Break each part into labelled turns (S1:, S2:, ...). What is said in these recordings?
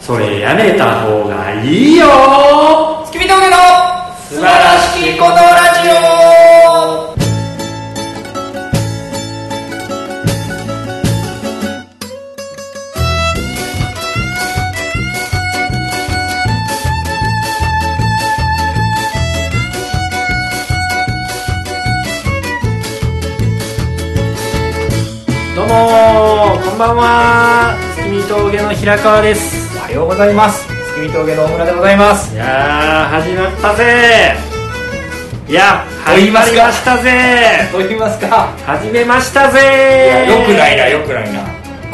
S1: それやめた方がいいよ
S2: 月見峠の素晴らしきこのラジオ
S1: どうもーこんばんは月見峠の平川です
S2: おはようございます月見峠の大村でございます
S1: いやー始まったぜいや
S2: と言
S1: 始
S2: い
S1: ま
S2: ます
S1: り
S2: か
S1: ましたぜ
S2: と言いますか
S1: 始めました
S2: いや
S1: ぜ
S2: よくないなよくないな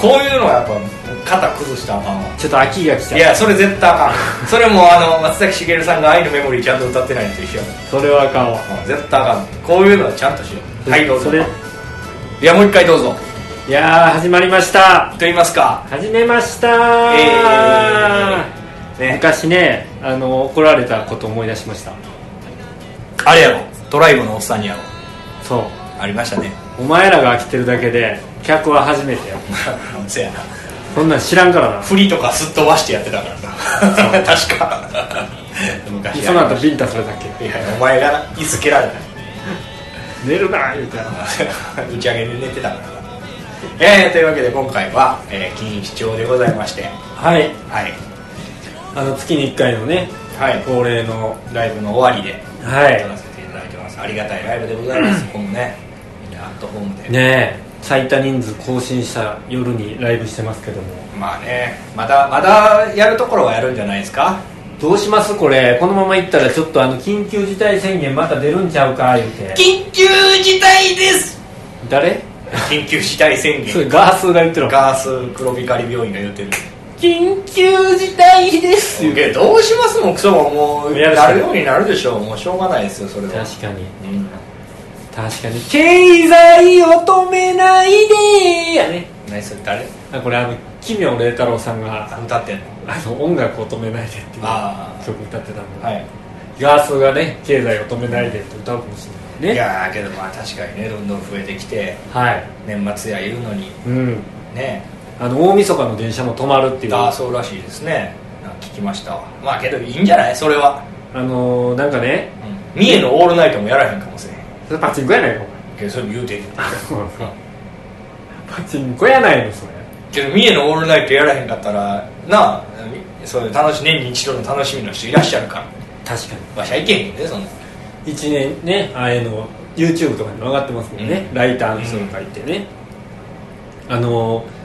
S2: こういうのはやっぱ肩崩したらあかんわ
S1: ちょっと秋が来
S2: い
S1: た
S2: やそれ絶対あかんそれもあの松崎しげるさんが「愛のメモリー」ちゃんと歌ってないのと一緒や
S1: それはあかんわ
S2: もんうん絶対あかんねんこういうのはちゃんとしようはいどうぞ
S1: それ
S2: いやもう一回どうぞ
S1: いやー始まりました
S2: と言いますか
S1: 始めました
S2: え
S1: ー、
S2: ーね
S1: 昔ねあの怒られたこと思い出しました
S2: あれやろドライブのおっさんにやろ
S1: そう
S2: ありました ね
S1: お前らが飽きてるだけで客は初めてや
S2: せやな
S1: そんなん知らんからな
S2: 振りとかすっ飛ばしてやってたからな 確か昔
S1: その後ビンタされたっけ
S2: いやお前がな椅子蹴られた
S1: 寝るな言うて
S2: 打ち上げで寝てた からなえー、というわけで今回は、えー、錦糸町でございまして
S1: はい
S2: はい
S1: あの月に1回のね
S2: はい
S1: 恒例の
S2: ライブの終わりで
S1: は
S2: 撮らせていただいてます、ありがたいライブでござ います今後ねみんなアットホームで、
S1: ねえ最多人数更新した夜にライブしてますけども
S2: まあねまだまだやるところはやるんじゃないですか
S1: どうしますこれこのままいったらちょっとあの緊急事態宣言また出るんちゃうか言うて
S2: 緊急事態です
S1: 誰
S2: 緊急事態宣
S1: それ
S2: 言
S1: ガースーが言ってるの
S2: ガース黒光病院が言うてる
S1: 緊急事態です
S2: いやどうしますもんクソももう
S1: やるしか
S2: な
S1: ない
S2: るようになるでしょうもうしょうがないですよそれは
S1: 確かに
S2: うん
S1: 確かに経済を止めないでやね
S2: 何それ誰
S1: あこれあの奇妙麗太郎さんが
S2: 歌ってんの
S1: あの音楽を止めないでっていう
S2: あー
S1: 曲歌ってたんで、
S2: はい
S1: ガースがね経済を止めないでって歌うかもし
S2: い
S1: れないね
S2: やーけどまあ確かにねどんどん増えてきて
S1: はい
S2: 年末や言うのに
S1: うん
S2: ね
S1: あの大晦日の電車も止まるっていう
S2: ああ
S1: あ
S2: そうらしいですねなんか聞きましたわまあけどいいんじゃないそれは、
S1: のー、なんかね
S2: うん、三重のオールナイトもやらへんかもしれへん
S1: それパチンコやないの
S2: けどそれ言うてる
S1: パチンコやないのそれ
S2: けど三重のオールナイトやらへんかったらなあそういう楽し年に一度の楽しみの人いらっしゃるから
S1: 確か
S2: わしゃいけへんでそんな
S1: に1年ねああいうの YouTube とかにも上がってますもんね、
S2: うん
S1: ライターの人がいてね、あのー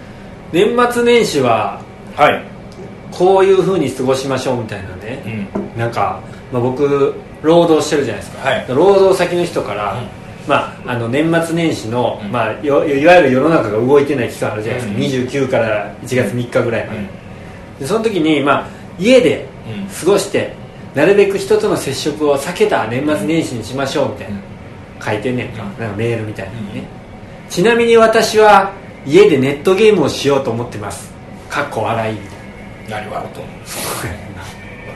S1: 年末年始は
S2: はい
S1: こういうふうに過ごしましょうみたいなね、
S2: うん
S1: なんか、まあ、僕労働してるじゃないですか、
S2: はい
S1: 労働先の人から、
S2: うん
S1: まあ、あの年末年始の、
S2: うん
S1: まあ、よいわゆる世の中が動いてない期間あるじゃないですか、
S2: うん
S1: 29から1月3日ぐらいまで,、
S2: うん
S1: でその時に、まあ、家で
S2: うん
S1: 過ごして、なるべく人との接触を避けた年末年始にしましょうみたいな、書いてんねんか,、
S2: うん
S1: なんかメールみたいなのね、ちなみに私は家でネットゲームをしようと思ってますかっこ笑いみたいな
S2: 何笑うとん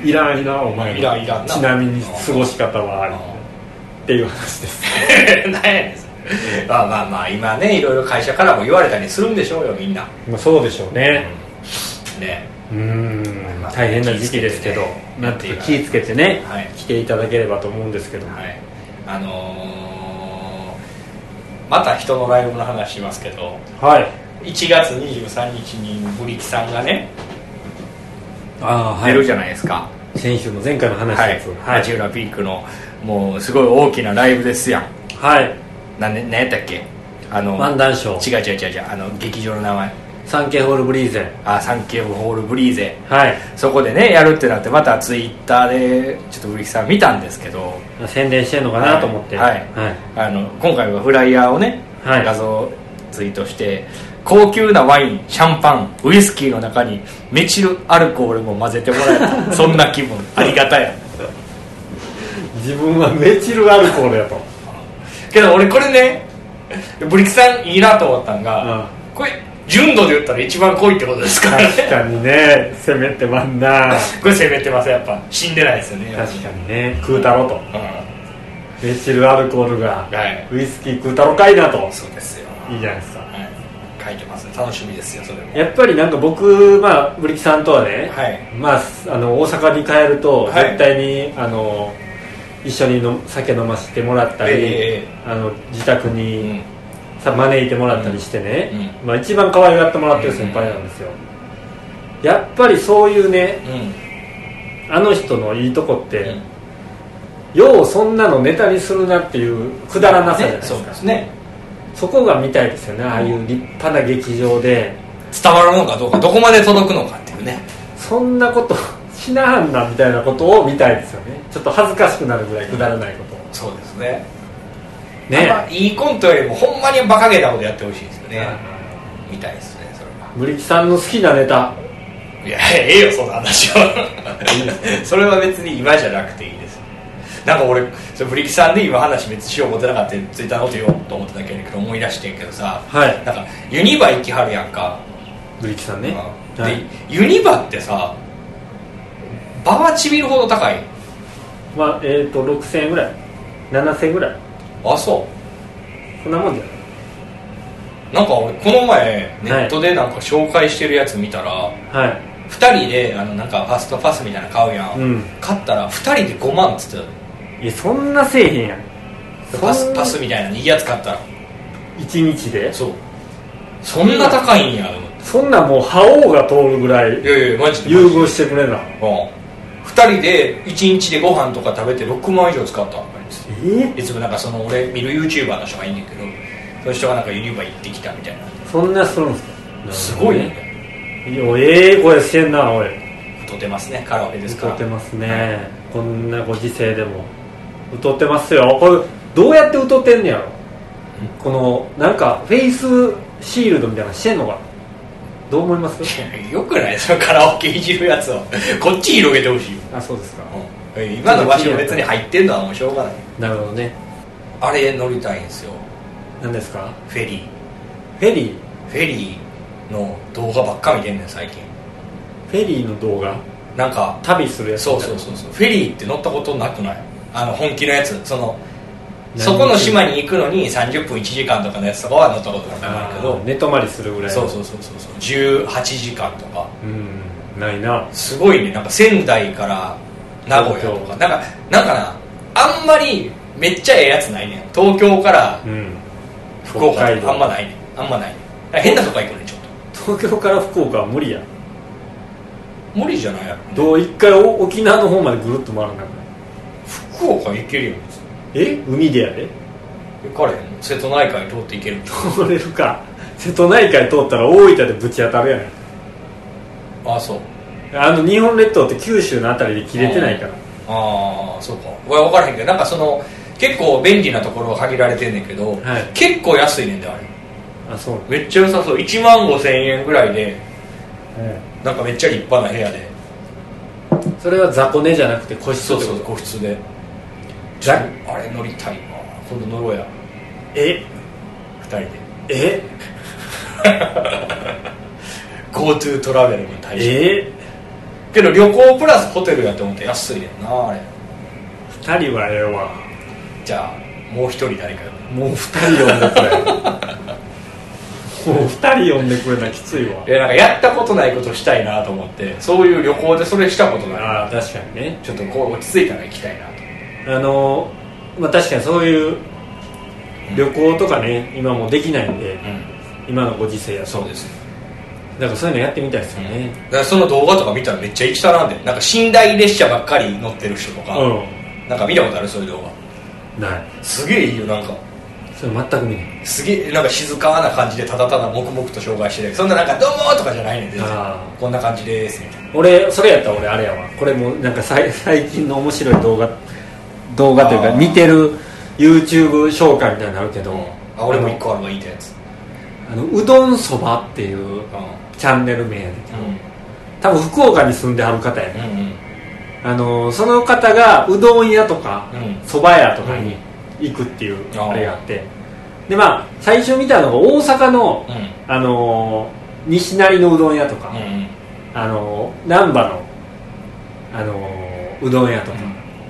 S2: の
S1: いらんいらんお前の
S2: いらんいらんな
S1: ちなみに過ごし方 はある
S2: あ
S1: っていう話です
S2: ー何やねんそれまあまあまあ今ねいろいろ会社からも言われたりするんでしょうよみんな
S1: まあそうでしょうね
S2: ね
S1: うん
S2: まあ
S1: 大変な時期ですけど
S2: 気ぃつけてね
S1: なんていうか気ぃつけてね
S2: はい
S1: 来ていただければと思うんですけど
S2: はいあのーまた人のライブの話しますけど
S1: はい
S2: 1月23日にブリキさんがね
S1: ああ
S2: 出るじゃないですか
S1: 先週の前回の話
S2: はい
S1: ですは
S2: 八
S1: い
S2: 浦ピンクのもうすごい大きなライブですやん
S1: はい
S2: 何何やったっけあの
S1: 漫談賞
S2: 違う違う違う違うあの劇場の名前
S1: サンケイホールブリーゼ
S2: あサンキューホールブリーゼ
S1: はい
S2: そこでねやるってなってまたツイッターでちょっとブリキさん見たんですけど
S1: 宣伝してんのかなと思って
S2: はいあの今回はフライヤーをね、
S1: はい
S2: 画像ツイートして高級なワインシャンパンウイスキーの中にメチルアルコールも混ぜてもらえ たそんな気分ありがたや
S1: 自分はメチルアルコール やと
S2: けど俺これねブリキさんいいなと思ったんが、
S1: うん
S2: これ純度で言ったら一番濃いってことですから
S1: 確
S2: ね
S1: かにね攻めてまんな
S2: これ攻めてますやっぱ死んでないですよねやっぱ
S1: 確かにね食うたろと
S2: うん
S1: メチルアルコールが
S2: はい
S1: ウイスキー食うたろかいなと
S2: そうですよ、
S1: いいじゃないですか
S2: はい
S3: 書いてますね
S2: 楽しみですよそれも
S1: やっぱりなんか僕まあブリキさんとはね、
S2: はい
S1: まああの大阪に帰ると
S2: はい
S1: 絶対に、あの一緒にの酒飲ませてもらったり、
S2: え
S1: あの自宅
S3: う
S1: に
S3: ん
S1: さ招いてもらったりしてね、
S3: う
S1: まあ、一番可愛がってもらってる先輩なんですよ、やっぱりそういうねあの人のいいとこって、
S3: うん
S1: ようそんなのネタにするなっていうくだらなさじゃないですか、
S2: ねそうですね
S1: そこが見たいですよねああいう立派な劇場で
S2: 伝わるのかどうかどこまで届くのかっていうね
S1: そんなこと しなはんなみたいなことを見たいですよねちょっと恥ずかしくなるぐらいくだらないことを
S2: そうですねまあ
S1: ね
S2: いいコントよりもほんまに馬鹿げたことやってほしいですよね
S1: あ
S2: みたいですねそれは
S1: ブリキさんの好きなネタ
S2: いやええよその話は それは別に今じゃなくていいですなんか俺それブリキさんで今話別にしよう思ってなかったんでツイッターのこと言おうと思っただけやねんけど思い出してんけどさ、
S1: はい
S2: なんかユニバ行きはるやんか、
S1: ブリキさんね
S2: で、
S1: はい
S2: ユニバってさ場はちびるほど高い
S1: まあえっ、と6000円ぐらい7000円ぐらい
S2: あそ
S1: こんなもんじゃないう
S2: なんか俺この前ネットでなんか紹介してるやつ見たら、
S1: はい
S2: 2人であのなんかファストパスみたいなの買うやん、
S1: うん
S2: 買ったら2人で5万っつってた
S1: いやそんなせえへんやん
S2: パスパスみたいなのいいやつ買ったら
S1: 1日で
S2: そうそんな高いんやと思っ
S1: そんなんもう覇王が通るぐらい
S2: ていやいやマジで
S1: 優遇してくれな
S2: うん2人で1日でご飯とか食べて6万以上使ったのあいつ
S1: え
S2: いつもなんかその俺見る YouTuber の人がいいねんけどその人がなんかユニバ行ってきたみたい
S1: そんなするんす
S2: な
S1: か
S2: すごいね
S1: いやええ声してんなおい
S2: 太ってますねカラオケですか
S1: 歌
S2: ら
S1: ってますねこんなご時世でも歌ってますよこれどうやって歌ってんねやろこのなんかフェイスシールドみたいなのしてんのかなどう思います
S2: よくない そのカラオケいじるや つをこっち広げてほしいよ
S1: あそうですか
S2: うん今の場所別に入ってんのはもうしょうがない
S1: なるほどね
S2: あれ乗りたいんですよ
S1: 何ですか
S2: フェリー
S1: フェリー
S2: フェリーの動画ばっか見てんねん最近
S1: フェリーの動画
S2: なんか
S1: 旅するやつ
S2: そうそうそうそうフェリーって乗ったことなくないあの本気のやつその
S1: 何
S2: そこの島に行くのに30分1時間とかのやつとかは乗ったことなくないけ
S1: あ
S2: ど
S1: ー寝泊まりするぐらい
S2: そうそうそうそうそう18時間とか
S1: うんないな
S2: すごいねなんか仙台から名古屋とか
S1: 東
S2: なんかなんかなあんまりめっちゃええやつないねん東京から
S1: うん
S2: 福岡
S1: 北海道
S2: あんまないねんあんまないねんだから変なとこ行くねんちょっ
S1: 東京から福岡は無理や
S2: と無理じゃないやろ
S1: どう一回お沖縄の方までぐるっと回らなくない
S2: 福岡行けるよ別
S1: え
S2: に
S1: 海でやで
S2: 行かれへん瀬戸内海通って行けるん
S1: 通れるか瀬戸内海通ったら大分でぶち当たるやん
S2: ああそう
S1: あの日本列島って九州のあたりで切れてないから
S2: ああそうか俺分からへんけどなんかその結構便利なところは限られてんねんけど、
S1: はい
S2: 結構安いねんであれ
S1: あそうね
S2: めっちゃ良さそう1万5千円ぐらいでなんかめっちゃ立派な部屋で
S1: それは雑魚寝じゃなくて個室
S2: そう
S1: って
S2: そ
S1: こ
S2: う
S1: と
S2: 個室で
S1: じゃ
S2: あれ乗りたいな今度乗ろうや
S1: え
S2: 2人で
S1: え
S2: GoTo トラベルに対して
S1: え
S2: けど旅行プラスホテルやと思って安いねんなあれ
S1: 二人はええわ
S2: じゃあもう一人誰か呼ぶ
S1: もう二人呼んでくれもう二人呼んでくれなきついわ
S2: いやなんかやったことないことしたいなと思ってそういう旅行でそれしたことない
S1: ああ確かにね
S2: ちょっとこう落ち着いたら行きたいなと
S1: あのまあ確かにそういう旅行とかね今もうできないんで、今のご時世やと
S2: そうです
S1: だからそういうのやってみたいですよね
S2: だからその動画とか見たらめっちゃ行きたなんでなんか寝台列車ばっかり乗ってる人とか、
S1: う
S2: なんか見たことあるそういう動画
S1: んない
S2: すげえいいよなんか
S1: それ全く見ない
S2: すげえなんか静かな感じでただただ黙々と紹介してるそんななんか「どうも!」とかじゃないねん全然
S1: あー
S2: こんな感じですみたいな
S1: 俺それやったら俺あれやわこれもなんかさい最近の面白い動画動画という
S2: あ
S1: か
S2: ー
S1: 見てる YouTube 紹介みたいになのあるけど、
S2: あ俺も一個あるわいいってやつ
S1: あのうどんそばっていう
S2: うん
S1: チャンネル名やねんけど
S2: うん
S1: 多分福岡に住んではる方や
S2: う
S1: ね、
S2: ん
S1: あのその方がうどん屋とか
S2: うん
S1: そば、屋とかに行くっていう
S2: あー
S1: あれがあってでまあ最初見たのが大阪の、
S2: うん
S1: あの西成のうどん屋とか、
S2: うんうん
S1: あの難波のあのうどん屋とか、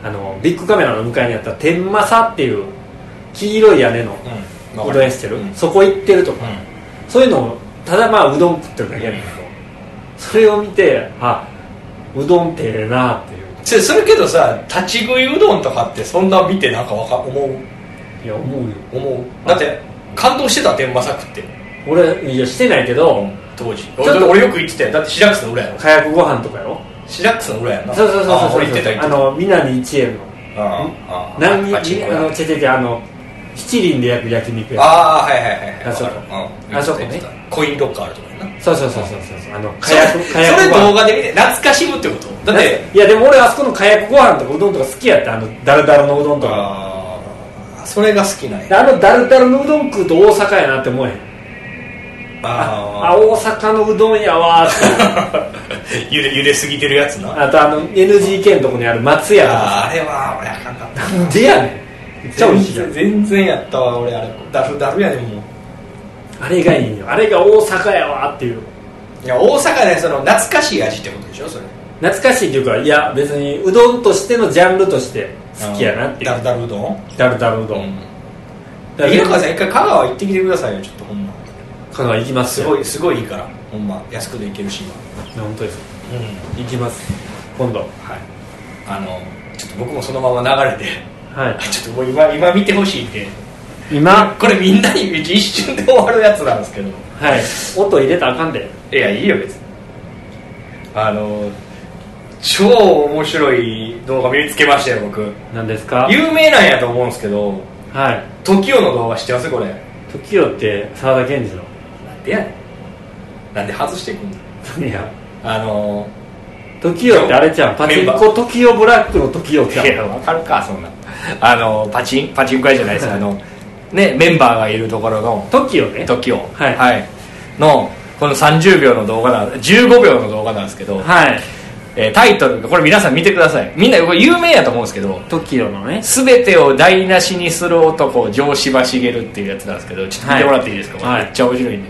S1: あのビッグカメラの向かいにあった天正っていう黄色い屋根の
S2: うん
S1: うどん屋してる、
S2: うん
S1: そこ行ってると
S2: う
S1: か、
S2: ん
S1: そういうのをただまあうどん食ってるだけやねんけどそれを見てあうどんってええなっていう
S2: それそれけどさ立ち食いうどんとかってそんな見てなんかわか思う
S1: いや思うよ
S2: 思うだって感動してた天満作って
S1: 俺いやしてないけど、
S2: 当時
S1: ょっと
S2: 俺俺よく言ってたよだってシラックスの裏やろ
S1: 火薬ご飯とかやろ
S2: シラックスの裏やんな
S1: そうそうそうそう
S2: あ俺言ってた言って
S1: あ
S2: た
S1: の南一円の
S2: あああ
S1: 何に
S2: パチンコ
S1: あ
S2: 屋
S1: のちゃちゃちゃあの七輪で焼く焼肉や
S2: ああはいはいはいはい
S1: あそこ
S2: うん
S1: あそこね
S2: 言ってたコインロッカーあるとこやな
S1: そうそうそうそうそうあの火
S2: それ
S1: 薬火薬
S2: それ
S1: ご飯
S2: 動画で見て懐かしむってことだって
S1: いやでも俺あそこの火薬ご飯とかうどんとか好きやったあのダルダルのうどんとか
S2: ああそれが好きなん
S1: で
S2: や
S1: あのダルダルのうどん食うと大阪やなって思えへんあ
S2: あ
S1: 大 阪のうどんやわーって
S2: ゆでゆですぎてるやつ なあ
S1: あとあの NGK のとこにある松屋とか
S2: ああれは俺あかんかった
S1: さでやねんめっちゃ美味しいやん
S2: 全然全然やったわ俺あれダルダルやでもう
S1: あれがいいよあれが大阪やわーっていう
S2: いや大阪でその懐かしい味ってことでしょそれ
S1: 懐かしいっていうかいや別にうどんとしてのジャンルとして好きやなってい
S2: ダル
S1: う
S2: ダルうどん
S1: ダルダルうどん、だから
S2: 平川さん一回香川行ってきてくださいよちょっとほんま
S1: 香川行きます
S2: す
S1: よ
S2: ごいすごいいいからほんま安くで行けるし今
S1: や本当です
S2: うん
S1: 行きます今度
S2: はいあのちょっと僕もそのまま流れて
S1: はい
S2: ちょっともう今今見てほしいんで
S1: 今
S2: これみんなに一瞬で終わるやつなんですけど
S1: はい音入れたらあかんで
S2: いやいいよ別にあの超面白い動画見つけましたよ僕
S1: 何ですか
S2: 有名なんやと思うんですけど
S1: はい
S2: TOKIO の動画知ってますこれ
S1: 時よって沢田研二の
S2: なんでやねんなんで外してくんの
S1: 何や
S2: あの
S1: 時よってあれちゃんパチンコ時よブラックの時よ
S2: い
S1: ちゃん
S2: やわかるかそんなあのパチンパチンコ屋じゃないですあ のねメンバーがいるところの
S1: 時よね
S2: 時を
S1: はい
S2: のこの30秒の動画なん15秒の動画なんですけど、
S1: はい
S2: えータイトルがこれ皆さん見てくださいみんなこれ有名やと思うんですけど
S1: 時よのね
S2: 全てを台無しにする男城島茂っていうやつなんですけどちょっと見てもらっていいですか、
S1: はい
S2: めっちゃ面白いんで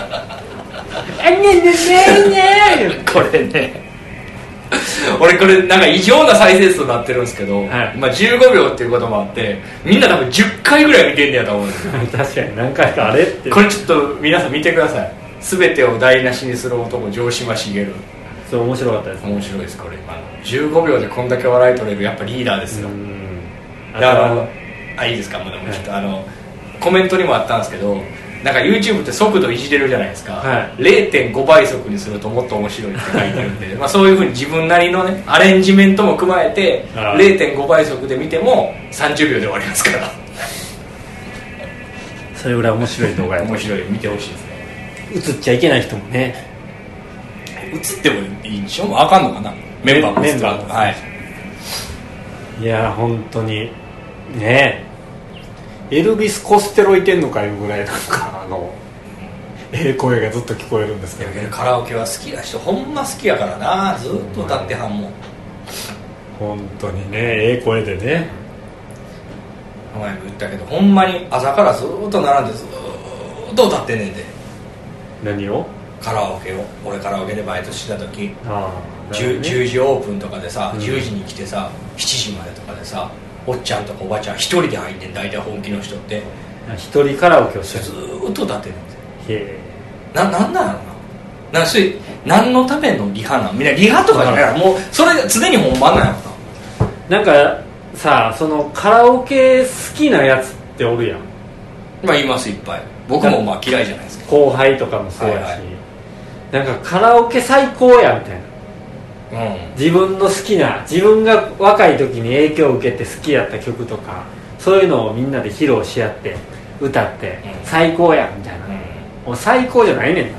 S1: あにゃにゃにゃにゃ
S2: これね俺これなんか異常な再生数になってるんですけど、
S1: はい
S2: まあ、15秒っていうこともあってみんな多分10回ぐらい見てんねやと思うんですよ
S1: 確かに何回かあれって
S2: これちょっと皆さん見てください全てを台無しにする男城島茂
S1: そう面白かったです
S2: 面白いですこれ今の15秒でこんだけ笑い取れるやっぱリーダーですよ、
S1: ん
S2: だからあいいですかもうでもちょっとあのコメントにもあったんですけどなんか YouTube って速度いじれるじゃないですか、
S1: は
S2: 0.5倍速にするともっと面白いって書いてるんで まあそういうふうに自分なりのねアレンジメントも踏まえて
S1: ああ
S2: 0.5倍速で見ても30秒で終わりますから
S1: それぐらい面白い動画や
S2: 面白い見てほしいですね
S1: 映っちゃいけない人もね
S2: 映ってもいいんでしょもうあかんのかなメンバーも映ったら
S1: メンバーも
S2: はい
S1: いや本当にねえエルビス・コステロいてんのかいうぐらいなんかあ のええ声がずっと聞こえるんですけど
S2: いやカラオケは好きな人ほんま好きやからなずっと歌ってはんもん
S1: 本当にねええ声でね
S2: お前も言ったけどほんまに朝からずっと並んでずっと歌ってんねんで
S1: 何を
S2: カラオケを俺カラオケでバイトしてた時
S1: ああ
S2: 10, 10時オープンとかでさ、
S1: うん
S2: 10時に来てさ7時までとかでさおっちゃんとかおばちゃん一人で入ってん大体本気の人って
S1: 一人カラオケをして
S2: ずーっと歌ってんねんで
S1: るへ
S2: ななんなんやろななそれ何のためのリハなんみんなリハとかじゃないからもうそれが常に本番なんやろな
S1: えなんかさそのカラオケ好きなやつっておるやん
S2: まあ言いますいっぱい僕もまあ嫌いじゃないですか
S1: 後輩とかもそうやし、
S2: はいはい
S1: なんかカラオケ最高やみたいな
S2: うん
S1: 自分の好きな自分が若い時に影響を受けて好きやった曲とかそういうのをみんなで披露し合って歌って、
S2: うん
S1: 最高やみたいな、もう最高じゃないねんな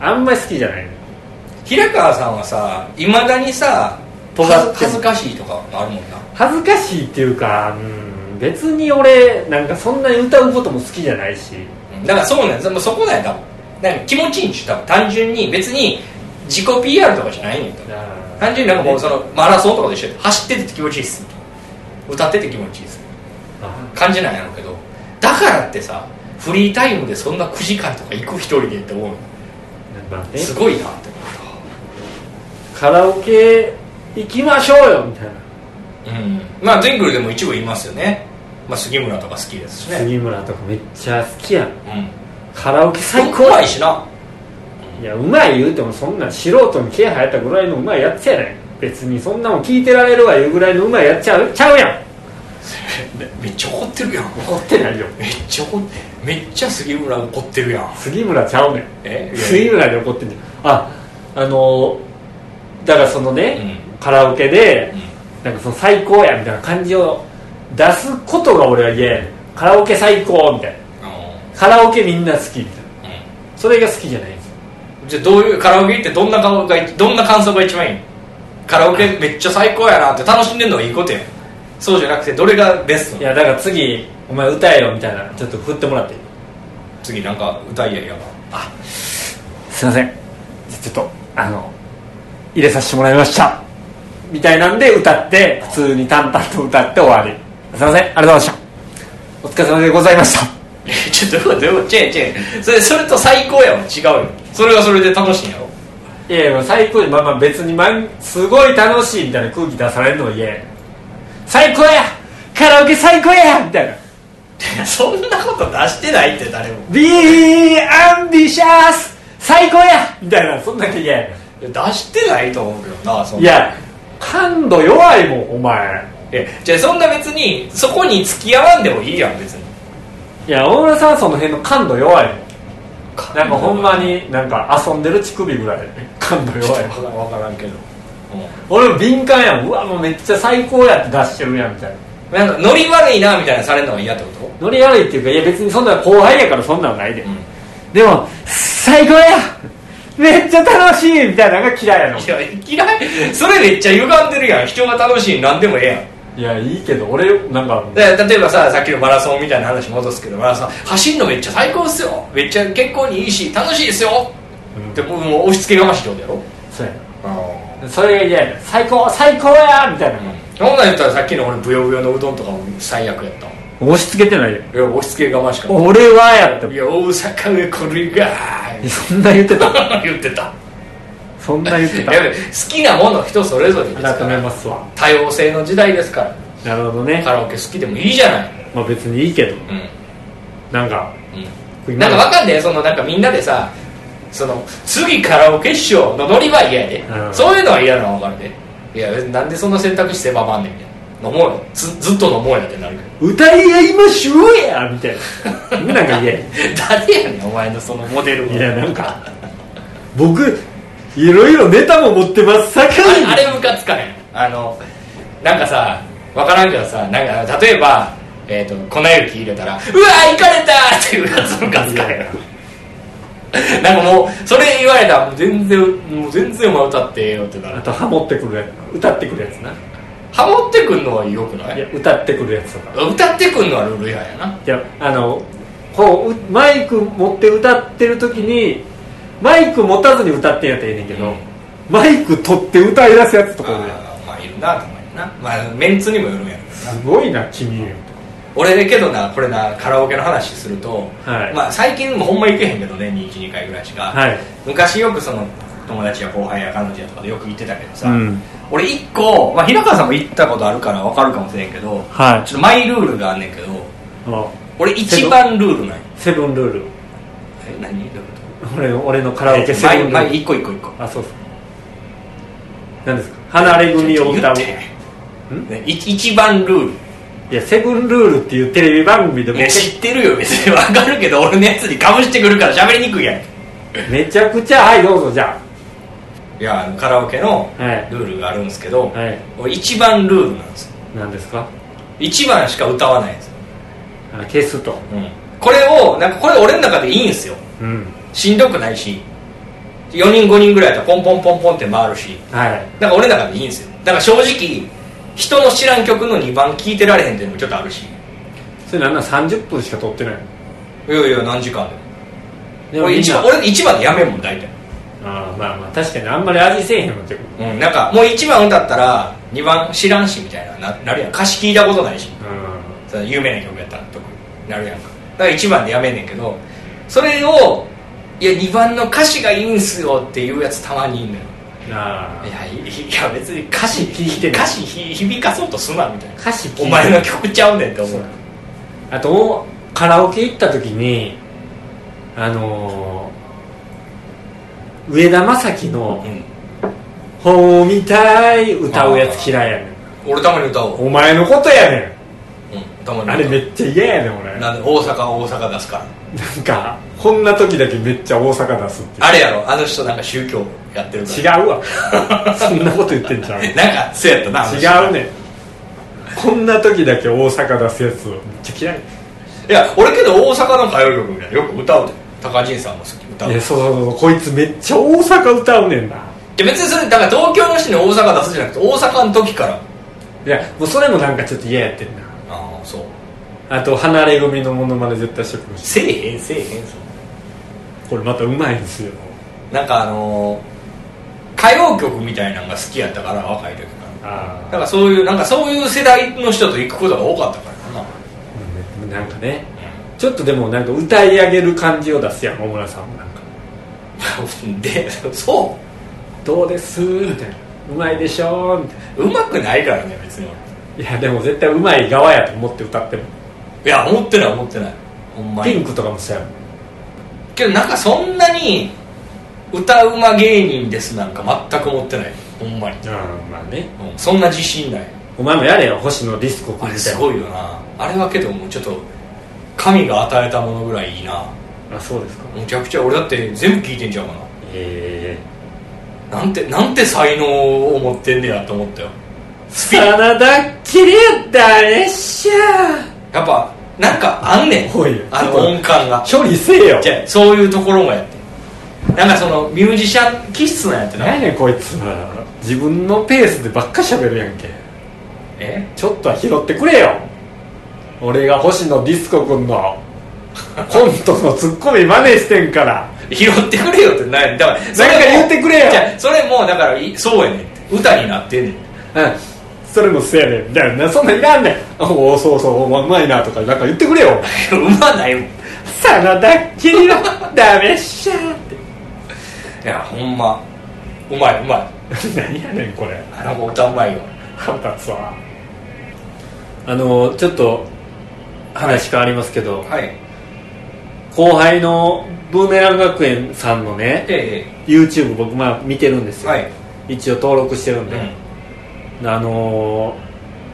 S1: あれあんまり好きじゃないねん
S2: 平川さんはさいまだにさ
S1: 尖って
S2: 恥ず恥ずかしいとかあるもんな
S1: 恥ずかしいっていうかうん別に俺なんかそんなに歌うことも好きじゃないし
S2: だからそうなんですもうそこなんや多分なんか気持ちいいんでしょ多分単純に別に自己 PR とかじゃないねん多分単純になんかもうそのマラソンとかで一緒で走ってて気持ちいいっす歌ってて気持ちいいっす
S1: あ
S2: 感じなんやろうけどだからってさフリータイムでそんな9時間とか行く一人でって思う
S1: まあね
S2: のすごいなって
S1: カラオケ行きましょうよみたいな
S2: うんまあ全国でも一部いますよね、まあ、杉村とか好きですしね
S1: 杉村とかめっちゃ好きやん
S2: うん
S1: カラオケ最高
S2: 怖いしない
S1: やうまい言うてもそんなん素人に気配入ったぐらいのうまいやつやねん別にそんなもん聞いてられるわいうぐらいのうまいやっちゃうちゃうやん
S2: めっちゃ怒ってるやん
S1: 怒ってないよ
S2: めっちゃ怒ってめっちゃ杉村怒ってるやん
S1: 杉村ちゃうね
S2: え
S1: ん杉村に怒ってんねんああのーだからそのね、
S2: う
S1: カラオケで
S2: うん、
S1: なんかその最高やみたいな感じを出すことが俺は嫌やねんカラオケ最高みたいな
S2: あの
S1: カラオケみんな好きみたいな
S2: う
S1: それが好きじゃないんですよ
S2: んじゃあどういうカラオケ行ってどんな顔がどんな感想が一番いいカラオケめっちゃ最高やなって楽しんでんのはいいことやんそうじゃなくてどれがベスト
S1: い
S2: なの
S1: やだから次お前歌えよみたいなちょっと振ってもらっていい
S2: 次なんか歌いやりやば
S1: すいませんちょっとあの入れさせてもらいましたみたいなんで歌って普通に淡々と歌って終わりすいませんありがとうございましたお疲れ様でございました
S2: えちょっとどういうこと違う違うそれそれと最高やもん違うよそれはそれで楽しいんやろ
S1: いやいや最高にまあまあ別にまんすごい楽しいみたいな空気出されるのは嫌や最高やカラオケ最高やみたいな
S2: そんなこと出してないって誰も
S1: Be ambitious 最高やみたいなそんだけ嫌や
S2: いや出してないと思うけどなそん
S1: い
S2: な
S1: や感度弱いもんお前
S2: えじゃあそんな別にそこに付き合わんでもいいやん別に
S1: いや大村さんはその辺の感度弱いもんなんかほんまになんか遊んでる乳首ぐらい感度弱い
S2: 分からんわからんけど、
S1: 俺も敏感やもんうわもうめっちゃ最高やって出してるやんみたいな
S2: なんかノリ悪いなみたいなされるのが嫌ってこ
S1: ノリ悪いっていうかいや別にそんな後輩やからそんなんないで、
S2: ん
S1: でも最高やめっちゃ楽しいみたいなのが嫌いやの
S2: といや嫌いそれめっちゃ歪んでるやん人が楽しいなんでもええや
S1: いや
S2: ん
S1: いいけど俺なんか
S2: だから例えばささっきのマラソンみたいな話戻すけどマラソン走るのめっちゃ最高っすよめっちゃ健康にいいし楽しいっすよ
S1: うん
S2: ってもう押し付けがましいってことやろ
S1: そうやなそれが嫌やな最高最高やみたいな、
S2: そんなん言ったらさっきの俺ブヨブヨのうどんとかも最悪やったもんい
S1: 押し付けてないよ
S2: や押し付けがましかっ
S1: 俺はやったて
S2: いや大阪へこれがー
S1: そんな言ってた
S2: 言ってた
S1: そんな言 ってた
S2: やべ好きなもの人それぞれですか
S1: 改めま
S2: ら
S1: すわ
S2: 多様性の時代ですから
S1: なるほどね
S2: カラオケ好きでもいいじゃない
S1: まあ別にいいけどなんか
S2: うん、なんかわかんねえそのなんかみんなでさその次カラオケっしょのノリは嫌やで、
S1: うん
S2: そういうのは嫌なのはわかるでいやなんでそんな選択肢狭まんねんみたいな飲もうよずずっと飲もうやってなるけど
S1: 歌い合いましょうやみたいな なんか嫌や
S2: 誰やねんお前のそのモデルはい
S1: やなんか僕いろいろネタも持ってますさかい
S2: あれあれムカつかへんあのなんかさ分からんけどさなんか例えば、えー、と粉雪入れたら「うわー行かれた!」っていうやつムカつかへん なんかもうそれ言われたらもう全然もう全然お前歌ってええよってな
S1: あ
S2: る
S1: とハモってくるやつ歌ってくるやつな
S2: ハモってくんのはよくない
S1: いや歌ってくるやつとか
S2: 歌ってくんのはルール違反やない
S1: やあのこううマイク持って歌ってる時にマイク持たずに歌ってんやったらええねんけど、
S2: うん
S1: マイク取って歌い出すやつとかおるやん
S2: あーまあいるなと思うよなまあメンツにもよるんやろうけどな
S1: すごいな君よ
S2: 俺けどなこれなカラオケの話すると、
S1: はい
S2: まあ、最近もうほんま行けへんけどね12回ぐらいしか、
S1: はい
S2: 昔よくその友達や後輩や彼女やとかでよく行ってたけどさ、
S1: うん
S2: 俺一個、まあ、平川さんも行ったことあるから分かるかもしれんけど、
S1: はい
S2: ちょっとマイルールがあんねんけど
S1: あ
S2: 俺一番ルールない
S1: セブンルール
S2: え何どういうこ
S1: 俺の俺のカ
S2: と
S1: ラオケセ
S2: 前
S1: ブンル
S2: 前
S1: ール
S2: 一個一個一個
S1: あそうそう何ですか離れ組を歌う
S2: ちょっと言ってねい一番ルール
S1: いや、セブンルールっていうテレビ番組でも
S2: いや知ってるよ別に分かるけど俺のやつにかぶしてくるから喋りにくいやん
S1: めちゃくちゃ、はい、どうぞ、じゃ
S2: いやあのカラオケの
S1: はい
S2: ルールがあるんですけど、
S1: はい
S2: 俺一番ルールなんですよ
S1: あ。何ですか
S2: 一番しか歌わないんですよ、
S1: あ消すと。
S2: これをなんかこれ俺の中でいいんですよ
S1: うん。
S2: しんどくないし4人5人ぐらいだったらポンポンポンポンって回るし
S1: はい。
S2: なんか俺の中でいいんですよだから正直人の知らん曲の2番聴いてられへんっていうのもちょっとあるし
S1: それなんなん30分しか撮ってない
S2: いやいや何時間
S1: で
S2: でも俺一番
S1: 俺
S2: 俺一番でやめんもん大体
S1: ああ、まあまあ、確かにあんまり味せえへんのってこ
S2: うん、なんかもう1番歌ったら2番知らんしみたいなななるやん歌詞聞いたことないし
S1: と。う
S2: その有名な曲やったら特になるやんかだから1番でやめんねんけどそれをいや2番の歌詞がいいんすよっていうやつたまにいんのよ
S1: あ
S2: いやいいや別に歌詞
S1: 聞いてね
S2: 歌詞ひ響かそうとすなみたいな
S1: 歌詞聞いて
S2: お前の曲ちゃうねんって思う
S1: そうああとカラオケ行った時にあのー上田正樹の
S2: うん
S1: 「ほうみたい」歌うやつ嫌いやねん
S2: 俺たまに歌おう、
S1: お前のことやね
S2: うん、たま
S1: ん
S2: に歌う
S1: あれめっちゃ嫌やねん俺な
S2: なんで大阪大阪出すから
S1: んかこんな時だけめっちゃ大阪出すって
S2: あれやろあの人なんか宗教やってるから
S1: 違うわそんなこと言ってんじゃん
S2: なんかそうやったなあの人
S1: 違うねんこんな時だけ大阪出すやつめっちゃ嫌い
S2: いや俺けど大阪の歌謡曲みたいなよく歌うで高仁さんも好き歌う
S1: い
S2: で
S1: やそうそうそうこいつめっちゃ大阪歌うねんな
S2: 別にそれだから東京の人に大阪出すじゃなくて大阪の時から
S1: いやもうそれもなんかちょっと嫌やってんな
S2: ああそう
S1: あと離れ組のモノマネ絶対してくるし
S2: せえへんせえへんそう
S1: これまたうまいんですよ
S2: なんかあのー歌謡曲みたいなのが好きやったから若い時からだ
S1: あ
S2: からそういうなんかそういう世代の人と行くことが多かったからな
S1: あなんかねちょっとでもなんか歌い上げる感じを出すやん大村さんもなんか
S2: でそ
S1: どうですみたいなうまいでしょみたいう
S2: うまくないからね別に俺
S1: ないやでも絶対うまい側やと思って歌っても
S2: いや思ってない思ってないほんま
S1: ピン
S2: に
S1: クとかもそうやもん
S2: けどなんかそんなに歌うま芸人ですなんか全く思ってないほんまに、
S1: うんまあね
S2: うんそんな自信ない
S1: お前もやれよ星野ディスコ君みたい
S2: あれ
S1: な
S2: すごいよなあれはけどもうちょっと神が与えたものぐらいいいな
S1: あそうですか
S2: むちゃくちゃ俺だって全部聞いてんちゃうか
S1: え
S2: ななんてなんて才能を持ってんねやと思ったよ
S1: え真田切れたれしゃ
S2: やっぱなんかあんねん
S1: おい
S2: あの音感が
S1: 処理せえよ
S2: じゃあそういうところもやってなんかそのミュージシャン気質なんやってな
S1: 何やねんこいつは自分のペースでばっか喋るやんけ
S2: え
S1: ちょっとは拾ってくれよ俺が星野ディスコ君のコントのツッコミ真似してんから
S2: 拾ってくれよってないだからそれ
S1: な
S2: も
S1: んか言ってくれよ
S2: じゃあそれもうだからいそうやねんって歌になってんねん
S1: うんそれもせやねんみたいなそんなんいらんねんおおそうそうお前うまいなとかなんか言ってくれよ
S2: うまないもんい
S1: 真田切れ ダメっしゃーって
S2: やほんまうまいうまい
S1: 何やねんこれ
S2: あの子歌うまいよ
S1: 腹立つわあのちょっと話変わりますけど、
S2: はい
S1: 後輩のブーメラン学園さんのね
S2: え
S1: YouTube 僕まあ見てるんです
S2: え
S1: よ、
S2: はい
S1: 一応登録してるんで、あの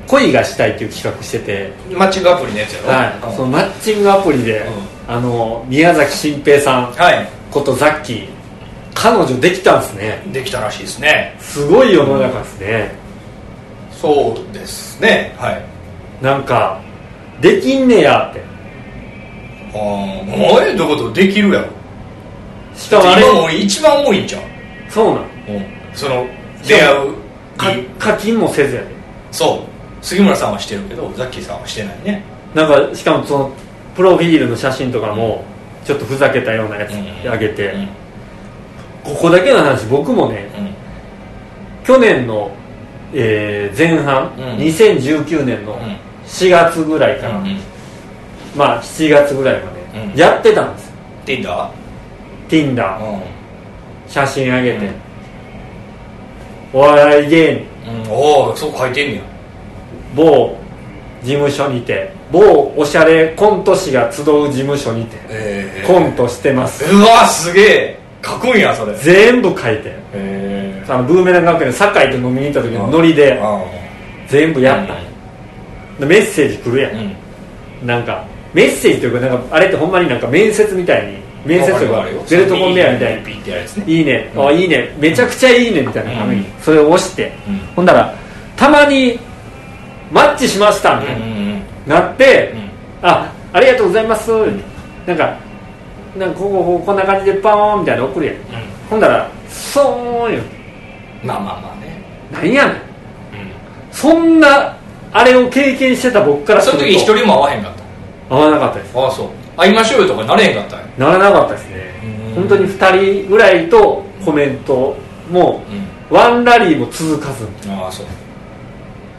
S1: ー恋がしたいっていう企画してて、
S2: うんマッチングアプリのやつやろ
S1: はい
S2: うん
S1: そのマッチングアプリで、あのー宮崎新平さん
S2: は
S1: ことザッキー彼女できたんですね
S2: いできたらしいですね
S1: すごい世の中ですね、
S2: そうですねはい
S1: なんかできんねやって
S2: ああええどことできるやろ
S1: しかもあれ
S2: 今もう一番多いんちゃう
S1: そうなん
S2: うんその出会う
S1: か課金もせずやで
S2: そう杉村さんはしてるけどザッキーさんはしてないね
S1: なんかしかもそのプロフィールの写真とかもちょっとふざけたようなやつ
S2: うん
S1: あげて、
S2: うん
S1: ここだけの話僕もね
S2: うん
S1: 去年の、えー前半、
S2: うん
S1: 2019年の
S2: うん
S1: 4月ぐらいから、
S2: うん
S1: まあ7月ぐらいまで、
S2: うん
S1: やってたんですよ
S2: ティンダ
S1: Tinder、
S2: ー
S1: 写真あげて、
S2: うん
S1: お笑い芸人
S2: うんおおそう書いてんねや
S1: 某事務所にて某おしゃれコント師が集う事務所にて
S2: え
S1: コントしてます、
S2: うわすげえ書くんやそれへ
S1: 全部書いて
S2: え
S1: あのブーメラン学園の酒井と飲みに行った時のノリで全部やったんよでメッセージ来るや、
S2: うんん
S1: なんかメッセージというかなんかあれってほんまになんか面接みたいに面接とかゼルトコンベヤーみたいに
S2: ピッてやるやつね
S1: いいね、
S2: うん
S1: あいいねめちゃくちゃいいねみたいな画面に
S2: う
S1: それを押して、
S2: うん
S1: ほんだらたまにマッチしましたみ
S2: う
S1: たい
S2: ん
S1: な、
S2: うん
S1: なって、
S2: うん
S1: あありがとうございます、なんかなんかこここうこんな感じでパーンみたいなの送るやんほんだらそーんよ
S2: うんまあまあまあね
S1: なんやねんそんなあれを経験してた僕からす
S2: そ
S1: る
S2: の
S1: と
S2: 時一人も会わへんかった
S1: 合わなかったです
S2: ああそう会いましょうよとかなれへんかったんや
S1: ならなかったですね
S2: うん
S1: 本当に2人ぐらいとコメントもワンラリーも続かず
S2: うんああそう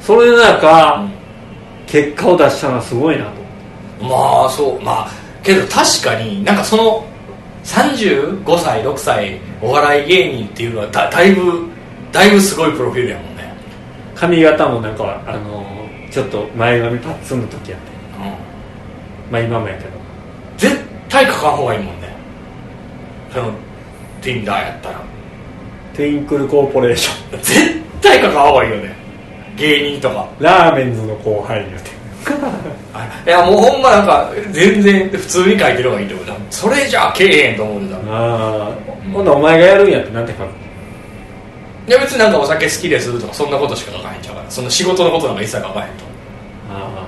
S1: それの中、
S2: うん
S1: 結果を出したのはすごいなと
S2: うまあそうまあけど確かになんかその35歳6歳お笑い芸人っていうのはだだいぶだいぶすごいプロフィールやもんね、
S1: 髪型もなんかあのちょっと前髪パッツンの時やって
S2: うん、
S1: まあ今もやけど
S2: 絶対書かん方がいいもんねその Tinder やったら
S1: トゥインクルコーポレーション
S2: 絶対書かん方がいいよね芸人とか
S1: ラーメンズの後輩言うて
S2: いやもうほんまなんか全然普通に書いてる方がいいと思うなそれじゃあけえへんと思うでた
S1: ああ今度お前がやるんやってなんて書く
S2: いや別になんかお酒好きですとかそんなことしか書かへんちゃうからその仕事のことなんか一切書かへんと、
S1: あ
S2: う
S1: あ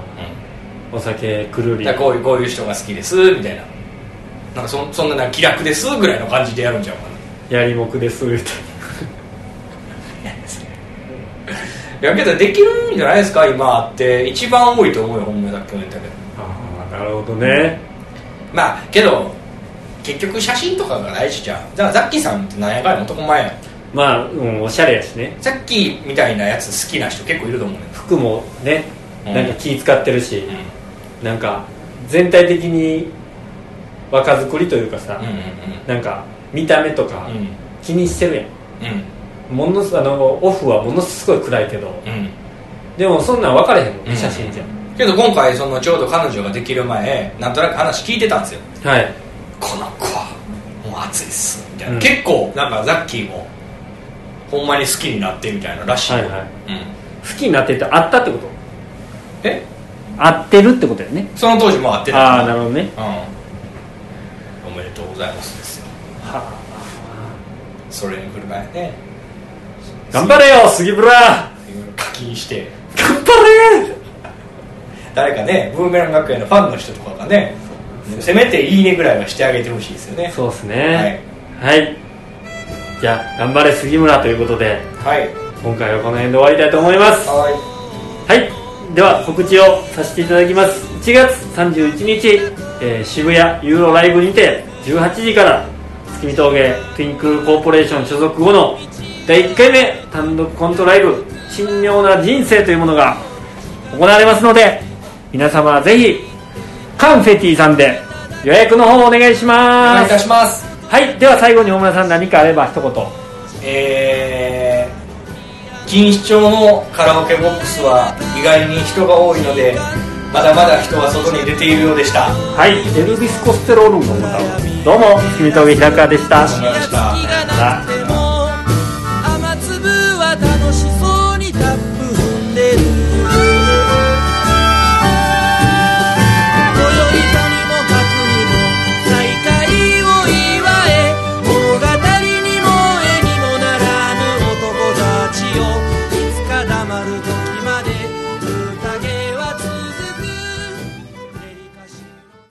S1: お酒くる
S2: ん、
S1: り
S2: だからこういうこういう人が好きですみたいななんかそそんななんか気楽ですぐらいの感じでやるんちゃうか
S1: やりもくです言うて
S2: ないやけどできるんじゃないですか今あって一番多いと思うよほんまさっきも言ったけど
S1: ああなるほどね
S2: まあけど結局写真とかが大事じゃんだからザッキーさんってなんやかんや男前やん
S1: まあ、うん、おしゃれやしね
S2: ザッキーみたいなやつ好きな人結構いると思うね、
S1: 服もね
S2: うん
S1: なんか気使ってるし、
S2: うん
S1: なんか全体的に若作りというかさ、
S2: うん
S1: なんか見た目とか
S2: うん
S1: 気にしてるやん、
S2: う
S1: ものすあのオフはものすごい暗いけど
S2: んうん
S1: でもそんなん分かれへんもんね、
S2: うん
S1: 写真じゃん
S2: けど今回そのちょうど彼女ができる前なんとなく話聞いてたんですよ
S1: はい
S2: この子はもう熱いっすみたいな、
S1: うん
S2: 結構なんかザッキーもほんまに好きになってみたいならしい、
S1: はいはい
S2: うん、
S1: 好きになってて会ったってこと
S2: え
S1: 会ってるってことやね
S2: その当時もう会ってた
S1: ああなるほどね
S2: うんおめでとうございますですよ
S1: は
S2: それに来る前ね
S1: あ頑張れよ杉村頑
S2: いろいろ課金して
S1: 張
S2: 誰かねブーメラン学園のファンの人とかがねせめて「いいね」ぐらいはしてあげてほしいですよ
S1: れ
S2: ね
S1: そうですねはい、じゃあ頑張れ杉村ということで
S2: はい
S1: 今回はこの辺で終わりたいと思います
S2: はい
S1: はいでは告知をさせていただきます1月31日、えー渋谷ユーロライブにて18時から月見峠トゥインクルコーポレーション所属後の第1回目単独コントライブ「神妙な人生」というものが行われますので皆様はぜひカンフェティさんで予約の方をお願いし
S2: お願
S1: ま
S2: いいた
S1: す
S2: します
S1: はいでは最後に大村さん何かあれば一言
S2: えー、錦糸町のカラオケボックスは意外に人が多いのでまだまだ人は外に出ているようでした
S1: はいエルビス・コステロールの歌をどうも月見峠平川でした
S2: 思いました
S1: さあ